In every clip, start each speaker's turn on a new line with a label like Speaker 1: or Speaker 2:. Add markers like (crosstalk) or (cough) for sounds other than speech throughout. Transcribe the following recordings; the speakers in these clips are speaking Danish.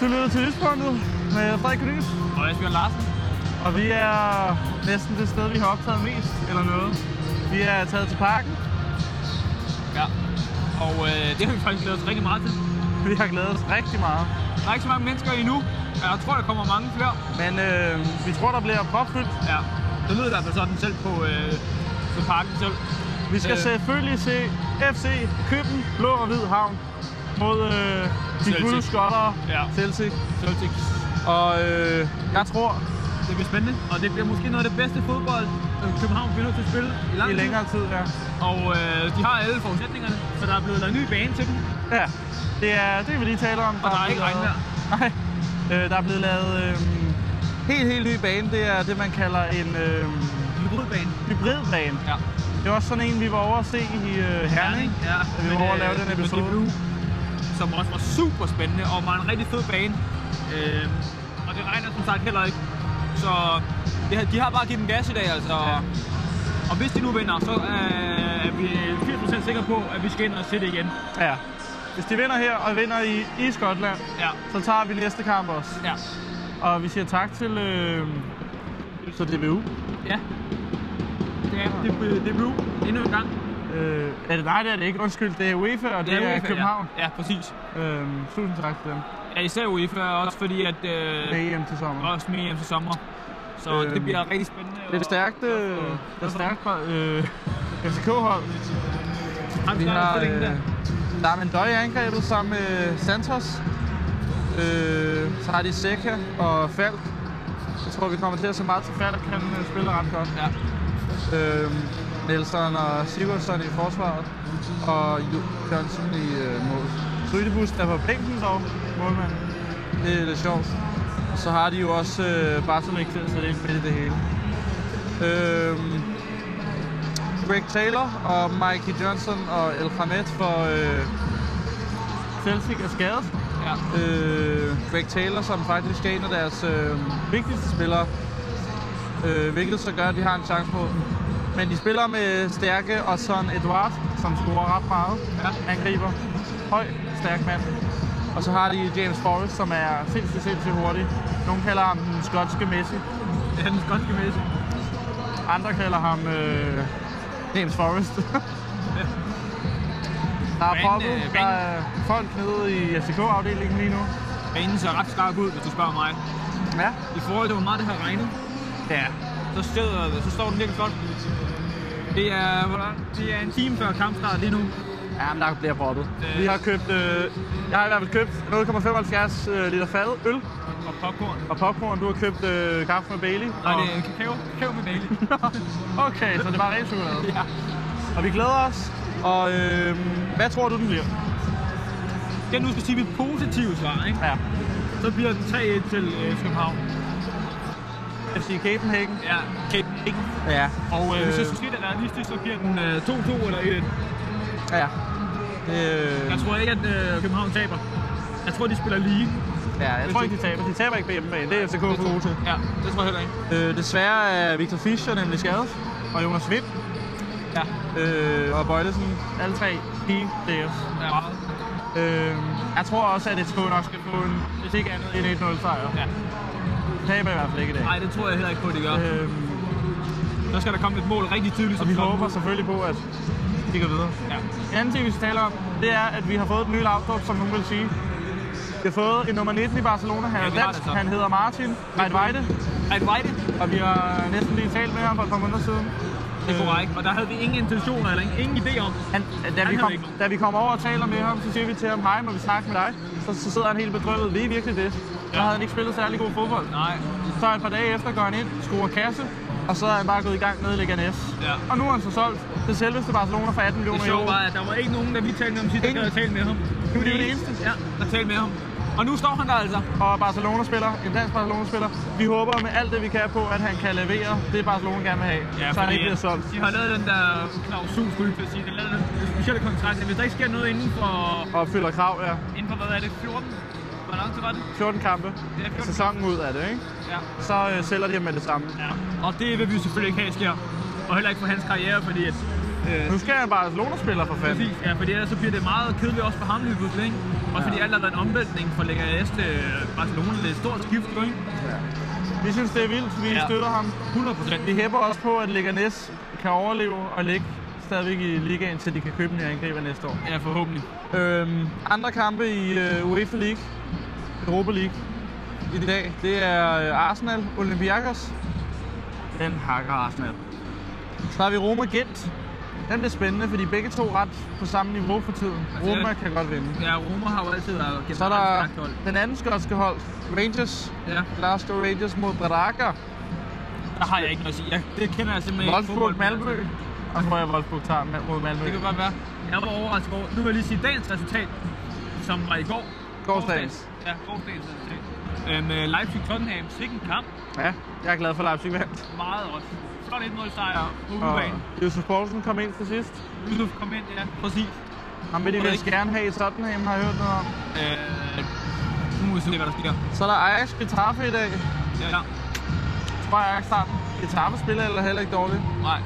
Speaker 1: Du lytter til Lyspunktet med Frederik Cornelius.
Speaker 2: Og Asbjørn Larsen.
Speaker 1: Og vi er næsten det sted, vi har optaget mest, eller noget. Vi er taget til parken.
Speaker 2: Ja. Og øh, det har vi faktisk glædet os rigtig meget til.
Speaker 1: Vi har glædet os rigtig meget.
Speaker 2: Der er ikke så mange mennesker endnu, men jeg tror, der kommer mange flere.
Speaker 1: Men øh, vi tror, der bliver propfyldt.
Speaker 2: Ja. Det lyder i hvert fald sådan selv på, øh, på parken selv.
Speaker 1: Vi skal øh.
Speaker 2: Øh.
Speaker 1: selvfølgelig se FC Køben, Blå og Hvid Havn mod øh, de
Speaker 2: Celtic.
Speaker 1: gule skotter
Speaker 2: Ja.
Speaker 1: Celtic.
Speaker 2: Celtic.
Speaker 1: Og øh, jeg tror
Speaker 2: Det bliver spændende, og det bliver måske noget af det bedste fodbold, øh, København bliver nødt til at spille i lang
Speaker 1: i
Speaker 2: tid.
Speaker 1: længere tid, ja.
Speaker 2: Og øh, de har alle forudsætningerne, så der er blevet lavet en ny bane til dem.
Speaker 1: Ja, det, er, det kan vi lige tale om.
Speaker 2: der er ikke
Speaker 1: blevet lavet- Nej, øh, der er blevet lavet øh, helt, helt ny bane. Det er det, man kalder en øh,
Speaker 2: En hybridbane.
Speaker 1: hybridbane.
Speaker 2: Ja.
Speaker 1: Det var også sådan en, vi var over at se i øh, Herning.
Speaker 2: Ja, øh,
Speaker 1: Da vi var over at lave den episode.
Speaker 2: Blue, som også var super spændende og var en rigtig fed bane. Øh, og det regner som sagt heller ikke. Så det, har- de har bare givet den gas i dag, altså. Ja. Og hvis de nu vinder, så øh, er vi 80% sikre på, at vi skal ind og se det igen.
Speaker 1: Ja. Hvis de vinder her og vinder i, i Skotland,
Speaker 2: Ja.
Speaker 1: så tager vi næste kamp også.
Speaker 2: Ja.
Speaker 1: Og vi siger tak til øh, så DBU.
Speaker 2: Ja. Det er, det, er- det er Blue endnu en gang.
Speaker 1: Øh, er det nej, det er det ikke. Undskyld, det er UEFA, og det, det er,
Speaker 2: UEFA,
Speaker 1: er København.
Speaker 2: Ja. ja, præcis.
Speaker 1: Ja. Øh, tusind tak til dem.
Speaker 2: Ja, især UEFA også fordi, at øh,
Speaker 1: Det er EM til sommer.
Speaker 2: også med hjem til sommer. Så
Speaker 1: Øhm,
Speaker 2: det bliver rigtig spændende.
Speaker 1: Det er et stærkt, øh, det er et stærkt øh, (laughs) FCK-hold.
Speaker 2: Han
Speaker 1: Vi har, øh,
Speaker 2: der.
Speaker 1: der er Mendoy angrebet sammen med Santos. Øh, så har de Seca og Falk. Jeg tror, vi kommer til at se meget til Falk. Han øh, spiller ret godt.
Speaker 2: Ja.
Speaker 1: Øh, Nelson og Sigurdsson i forsvaret. Og Ju- Jørgensen i øh, mål. Rydebus er på bænken dog, målmand. Det er lidt sjovt. Og så har de jo også øh, Bartolik til at sætte ind midt i det hele. Øh, Greg Taylor og Mikey Johnson og El Hamed for øh, Celtic er skadet.
Speaker 2: ja.
Speaker 1: Øh, Greg Taylor, som faktisk er en af deres øh, vigtigste spillere, øh, hvilket så gør, at de har en chance på den. Men de spiller med stærke og sådan Edward, som scorer ret meget.
Speaker 2: Ja.
Speaker 1: Angriber. Høj, stærk mand. Og så har de James Forrest, som er sindssygt, sindssygt hurtig. Nogle kalder ham den skotske Messi.
Speaker 2: Det er den skotske messe.
Speaker 1: Andre kalder ham øh, James Forrest. (laughs) der er
Speaker 2: Van,
Speaker 1: poppet,
Speaker 2: øh,
Speaker 1: der
Speaker 2: Van.
Speaker 1: er folk nede i FCK-afdelingen lige nu.
Speaker 2: Banen ser ret skarp ud, hvis du spørger mig.
Speaker 1: Ja.
Speaker 2: I forhold til, hvor meget det har regnet,
Speaker 1: Ja.
Speaker 2: så, steder, så står den virkelig flot. Det er, hvor lang- det er en time før kampstart lige nu.
Speaker 1: Ja, men der bliver proppet.
Speaker 2: Øh.
Speaker 1: Vi har købt, øh, jeg har i hvert fald købt 0,75 øh, liter fad, øl
Speaker 2: Og popcorn.
Speaker 1: og popcorn. Du har købt øh, kaffe med Bailey.
Speaker 2: Nej,
Speaker 1: og...
Speaker 2: det er kakao, kakao med (laughs) Bailey.
Speaker 1: okay, så det var ren (laughs) chokolade.
Speaker 2: ja.
Speaker 1: Og vi glæder os. Og øh, hvad tror du, den bliver?
Speaker 2: Den nu skal sige mit positive svar, ikke?
Speaker 1: Ja.
Speaker 2: så bliver den 3-1 til øh, København.
Speaker 1: FC Copenhagen.
Speaker 2: Ja, København.
Speaker 1: Ja.
Speaker 2: Og øh, hvis jeg
Speaker 1: Øh.
Speaker 2: skulle sige, det er realistisk, så bliver den øh, 2-2 eller 1-1.
Speaker 1: Ja. Øh,
Speaker 2: Jeg tror ikke, at øh, København taber. Jeg tror, de spiller lige.
Speaker 1: ja, jeg tror ikke, de taber. De taber ikke på hjemmebane. Det er FCK for gode til.
Speaker 2: Ja, det tror jeg heller ikke.
Speaker 1: Øh, desværre er Victor Fischer nemlig skadet, og Jonas Vind
Speaker 2: Ja,
Speaker 1: øh, og Bøjlesen, alle tre, de deres.
Speaker 2: ja.
Speaker 1: Øh, jeg tror også, at FCK nok skal få en, hvis ikke andet, en 1-0 sejr.
Speaker 2: ja.
Speaker 1: Taber i hvert fald ikke i dag.
Speaker 2: Nej, det tror jeg heller ikke på, det gør.
Speaker 1: Øh,
Speaker 2: Så skal der komme et mål rigtig tydeligt.
Speaker 1: og
Speaker 2: som
Speaker 1: vi
Speaker 2: klokken.
Speaker 1: håber selvfølgelig på, at de går videre.
Speaker 2: Ja.
Speaker 1: En anden ting, vi skal tale om, det er, at vi har fået den nye lavstrup, som nogen vil sige. Vi har fået en nummer 19 i Barcelona. Han
Speaker 2: Ja,
Speaker 1: er
Speaker 2: vi har
Speaker 1: dansk.
Speaker 2: det så.
Speaker 1: Han hedder Martin Reitweide,
Speaker 2: At Vejle,
Speaker 1: og vi har næsten lige talt med ham for et par måneder siden. Øh,
Speaker 2: det er korrekt. Og der havde vi ingen intentioner eller ingen idé om.
Speaker 1: Han, da, vi
Speaker 2: havde
Speaker 1: kom,
Speaker 2: ikke nogen.
Speaker 1: da vi kom over og taler med ham, så siger vi til ham, hej, må vi snakke med dig? Så, så sidder han helt bedrøvet, vi er virkelig det. Så
Speaker 2: Ja.
Speaker 1: havde han ikke spillet særlig god fodbold.
Speaker 2: Nej.
Speaker 1: Så et par dage efter går han ind, scorer kasse, og så er han bare gået i gang med Leganes.
Speaker 2: Ja.
Speaker 1: Og nu er han så solgt til selveste Barcelona for 18
Speaker 2: Det
Speaker 1: millioner
Speaker 2: sjove
Speaker 1: euro.
Speaker 2: var, at der var ikke nogen, der vi talte med ham sidst, der
Speaker 1: Ingen.
Speaker 2: havde talt med ham.
Speaker 1: Nu er det jo det
Speaker 2: eneste,
Speaker 1: eneste.
Speaker 2: ja, der talte med ham. Og nu står han der altså.
Speaker 1: Og Barcelona-spiller, en dansk Barcelona-spiller. Vi håber med alt det, vi kan på, at han kan levere det, Barcelona gerne vil have, så han
Speaker 2: fordi,
Speaker 1: ikke bliver
Speaker 2: at
Speaker 1: solgt.
Speaker 2: De har lavet den der klausul, skulle jeg til at sige. Den lavet den specielle kontrakt. Hvis der ikke sker noget inden for,
Speaker 1: Og fylder krav, ja.
Speaker 2: inden for hvad er det, 14? Hvor lang tid var det?
Speaker 1: 14 kampe.
Speaker 2: Ja, 14.
Speaker 1: Sæsonen ud af det, ikke?
Speaker 2: Ja.
Speaker 1: Så øh, sælger de ham med det samme.
Speaker 2: Ja. Og det vil vi selvfølgelig ikke have sker. Og heller ikke for hans karriere, fordi at Øh,
Speaker 1: Nu skal han bare Barcelona-spiller for fanden.
Speaker 2: Præcis, ja, fordi ellers så bliver det meget kedeligt også for ham lige pludselig, ikke? Også
Speaker 1: Ja.
Speaker 2: fordi alt er der en omvæltning fra Liga S til øh, Barcelona. Det er et stort skift, jo, ikke?
Speaker 1: Ja. Vi synes, det er vildt. Vi
Speaker 2: Ja.
Speaker 1: støtter ham.
Speaker 2: 100 procent.
Speaker 1: Vi hæpper også på, at Leganes kan overleve og ligge stadigvæk i ligaen, så de kan købe en ny angriber næste år.
Speaker 2: Ja, forhåbentlig.
Speaker 1: Øhm, andre kampe i øh, UEFA League, Europa League i dag, det er øh, Arsenal, Olympiakos.
Speaker 2: Den hakker Arsenal.
Speaker 1: Så har vi Roma Gent. Den bliver spændende, fordi begge to er ret på samme niveau for tiden.
Speaker 2: Altså,
Speaker 1: Roma
Speaker 2: jeg-
Speaker 1: kan godt vinde.
Speaker 2: Ja, Roma har jo altid været
Speaker 1: Så er
Speaker 2: generelt
Speaker 1: der
Speaker 2: stærkt hold.
Speaker 1: den anden skotske hold, Rangers.
Speaker 2: Ja,
Speaker 1: Glasgow Rangers mod Braga.
Speaker 2: der har jeg ikke noget at sige. Jeg, det kender jeg simpelthen ikke.
Speaker 1: Wolfsburg,
Speaker 2: Fodbold-
Speaker 1: Malmø. Og så tror jeg, Wolfsburg tager Ma- mod Malmø.
Speaker 2: Det kan godt være. Jeg var overrasket over. Nu vil jeg lige sige dagens resultat, som var i går.
Speaker 1: Gårsdagens.
Speaker 2: Ja, gårsdagens resultat. Øhm, øh, Leipzig-Tottenham, sikken kamp.
Speaker 1: Ja, jeg er glad for Leipzig vandt.
Speaker 2: Meget også. Står lidt mod sejr på
Speaker 1: Og
Speaker 2: udebane.
Speaker 1: Josef Poulsen kom ind til sidst.
Speaker 2: Yusuf kom ind, ja, præcis.
Speaker 1: Han vil de
Speaker 2: Ulrik.
Speaker 1: vist gerne have i Tottenham, har jeg hørt noget om.
Speaker 2: Øh, nu må vi se, hvad der sker.
Speaker 1: Så er der Ajax Getafe i dag.
Speaker 2: Ja, ja.
Speaker 1: Tror jeg, Ajax starten. Getafe spiller eller heller ikke dårligt.
Speaker 2: Nej.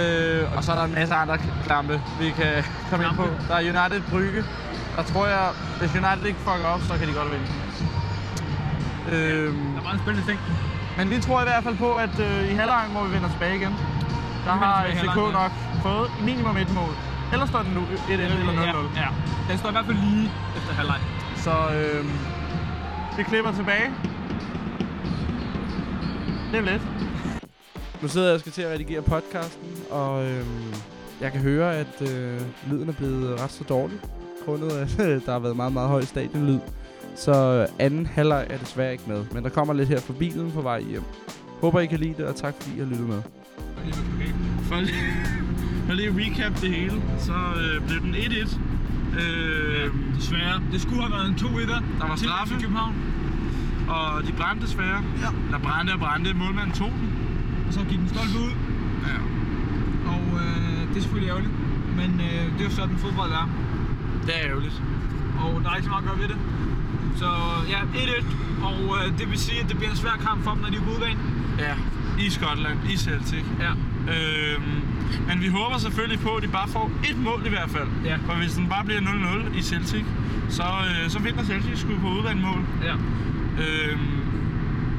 Speaker 1: Øh, og så er der en masse andre klampe, vi kan komme ind på.
Speaker 2: Klampe.
Speaker 1: Der er United Brygge. Der tror jeg, hvis United ikke fucker op, så kan de godt vinde. Øh,
Speaker 2: Der var en spændende ting.
Speaker 1: men vi tror i hvert fald på, at øh, i halvleg, hvor vi vender tilbage igen, der
Speaker 2: vender
Speaker 1: har
Speaker 2: tilbage i
Speaker 1: FCK
Speaker 2: halvleg, ja.
Speaker 1: nok fået minimum et mål. Ellers står den nu 1-1 eller 0-0.
Speaker 2: Ja, ja. Den står i hvert fald lige efter halvleg.
Speaker 1: Så øh,
Speaker 3: øhm,
Speaker 1: vi klipper tilbage. Det er lidt.
Speaker 4: Nu sidder jeg og skal til at redigere podcasten, og øhm, jeg kan høre, at øh, lyden er blevet ret så dårlig, grundet at (laughs) øh, der har været meget, meget høj stadionlyd. Så øh, anden halvleg er desværre ikke med, men der kommer lidt her fra bilen på vej hjem. Håber, I kan lide det, og tak fordi I har lyttet med.
Speaker 3: For lige, for lige at recap det hele, så øh, blev den 1-1. Øh,
Speaker 2: Desværre. Det skulle have været en 2-1'er.
Speaker 3: Der var
Speaker 2: til
Speaker 3: straffe.
Speaker 2: FC København.
Speaker 3: og de brændte desværre. Ja. Der brændte og brændte. Målmanden tog den.
Speaker 2: Og så gik den stolpe ud.
Speaker 3: Ja.
Speaker 2: Og øh, det er selvfølgelig ærgerligt. Men øh, det er jo sådan, fodbold er.
Speaker 3: Det er ærgerligt.
Speaker 2: Og der er ikke så meget at gøre ved det. Så ja, 1-1. Og øh, det vil sige, at det bliver en svær kamp for dem, når de er på udebane.
Speaker 3: Ja. I Skotland, i Celtic.
Speaker 2: Ja.
Speaker 3: Øh, men vi håber selvfølgelig på, at de bare får et mål i hvert fald.
Speaker 2: Ja.
Speaker 3: For hvis den bare bliver 0-0 i Celtic, så, øh, så vinder Celtic sgu på udvandmål.
Speaker 2: ja.
Speaker 3: Øh,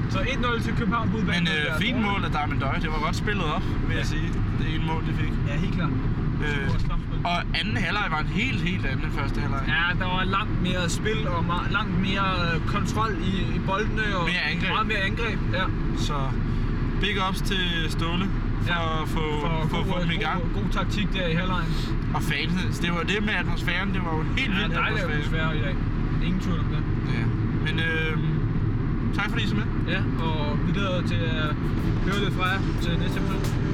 Speaker 2: Så 1-0 til København på udebane.
Speaker 3: men
Speaker 2: Det er
Speaker 3: øh, fint
Speaker 2: dårligt.
Speaker 3: mål af Darmen Døj. Det var godt spillet op, vil jeg sige. Det ene mål, de fik.
Speaker 2: Ja, helt klart.
Speaker 3: Øh,
Speaker 2: Stort kampspil.
Speaker 3: og anden halvleg var en helt, helt anden end første halvleg.
Speaker 2: Ja, der var langt mere spil og meget, langt mere øh, kontrol i, i boldene. Og
Speaker 3: Mere angreb.
Speaker 2: Meget mere angreb, ja.
Speaker 3: Så big ups til Ståle for
Speaker 2: Ja,
Speaker 3: at få, for, for, for,
Speaker 2: god-
Speaker 3: dem i gang.
Speaker 2: God, god taktik der i halvlejen.
Speaker 3: Og fans, det var det med atmosfæren, det var jo helt
Speaker 2: Ja,
Speaker 3: vildt
Speaker 2: dejligt
Speaker 3: atmosfære.
Speaker 2: atmosfære i dag. Ingen tvivl om det.
Speaker 3: Ja. Men øh, tak fordi I så med.
Speaker 2: Ja, og vi glæder til at høre lidt fra jer til næste episode.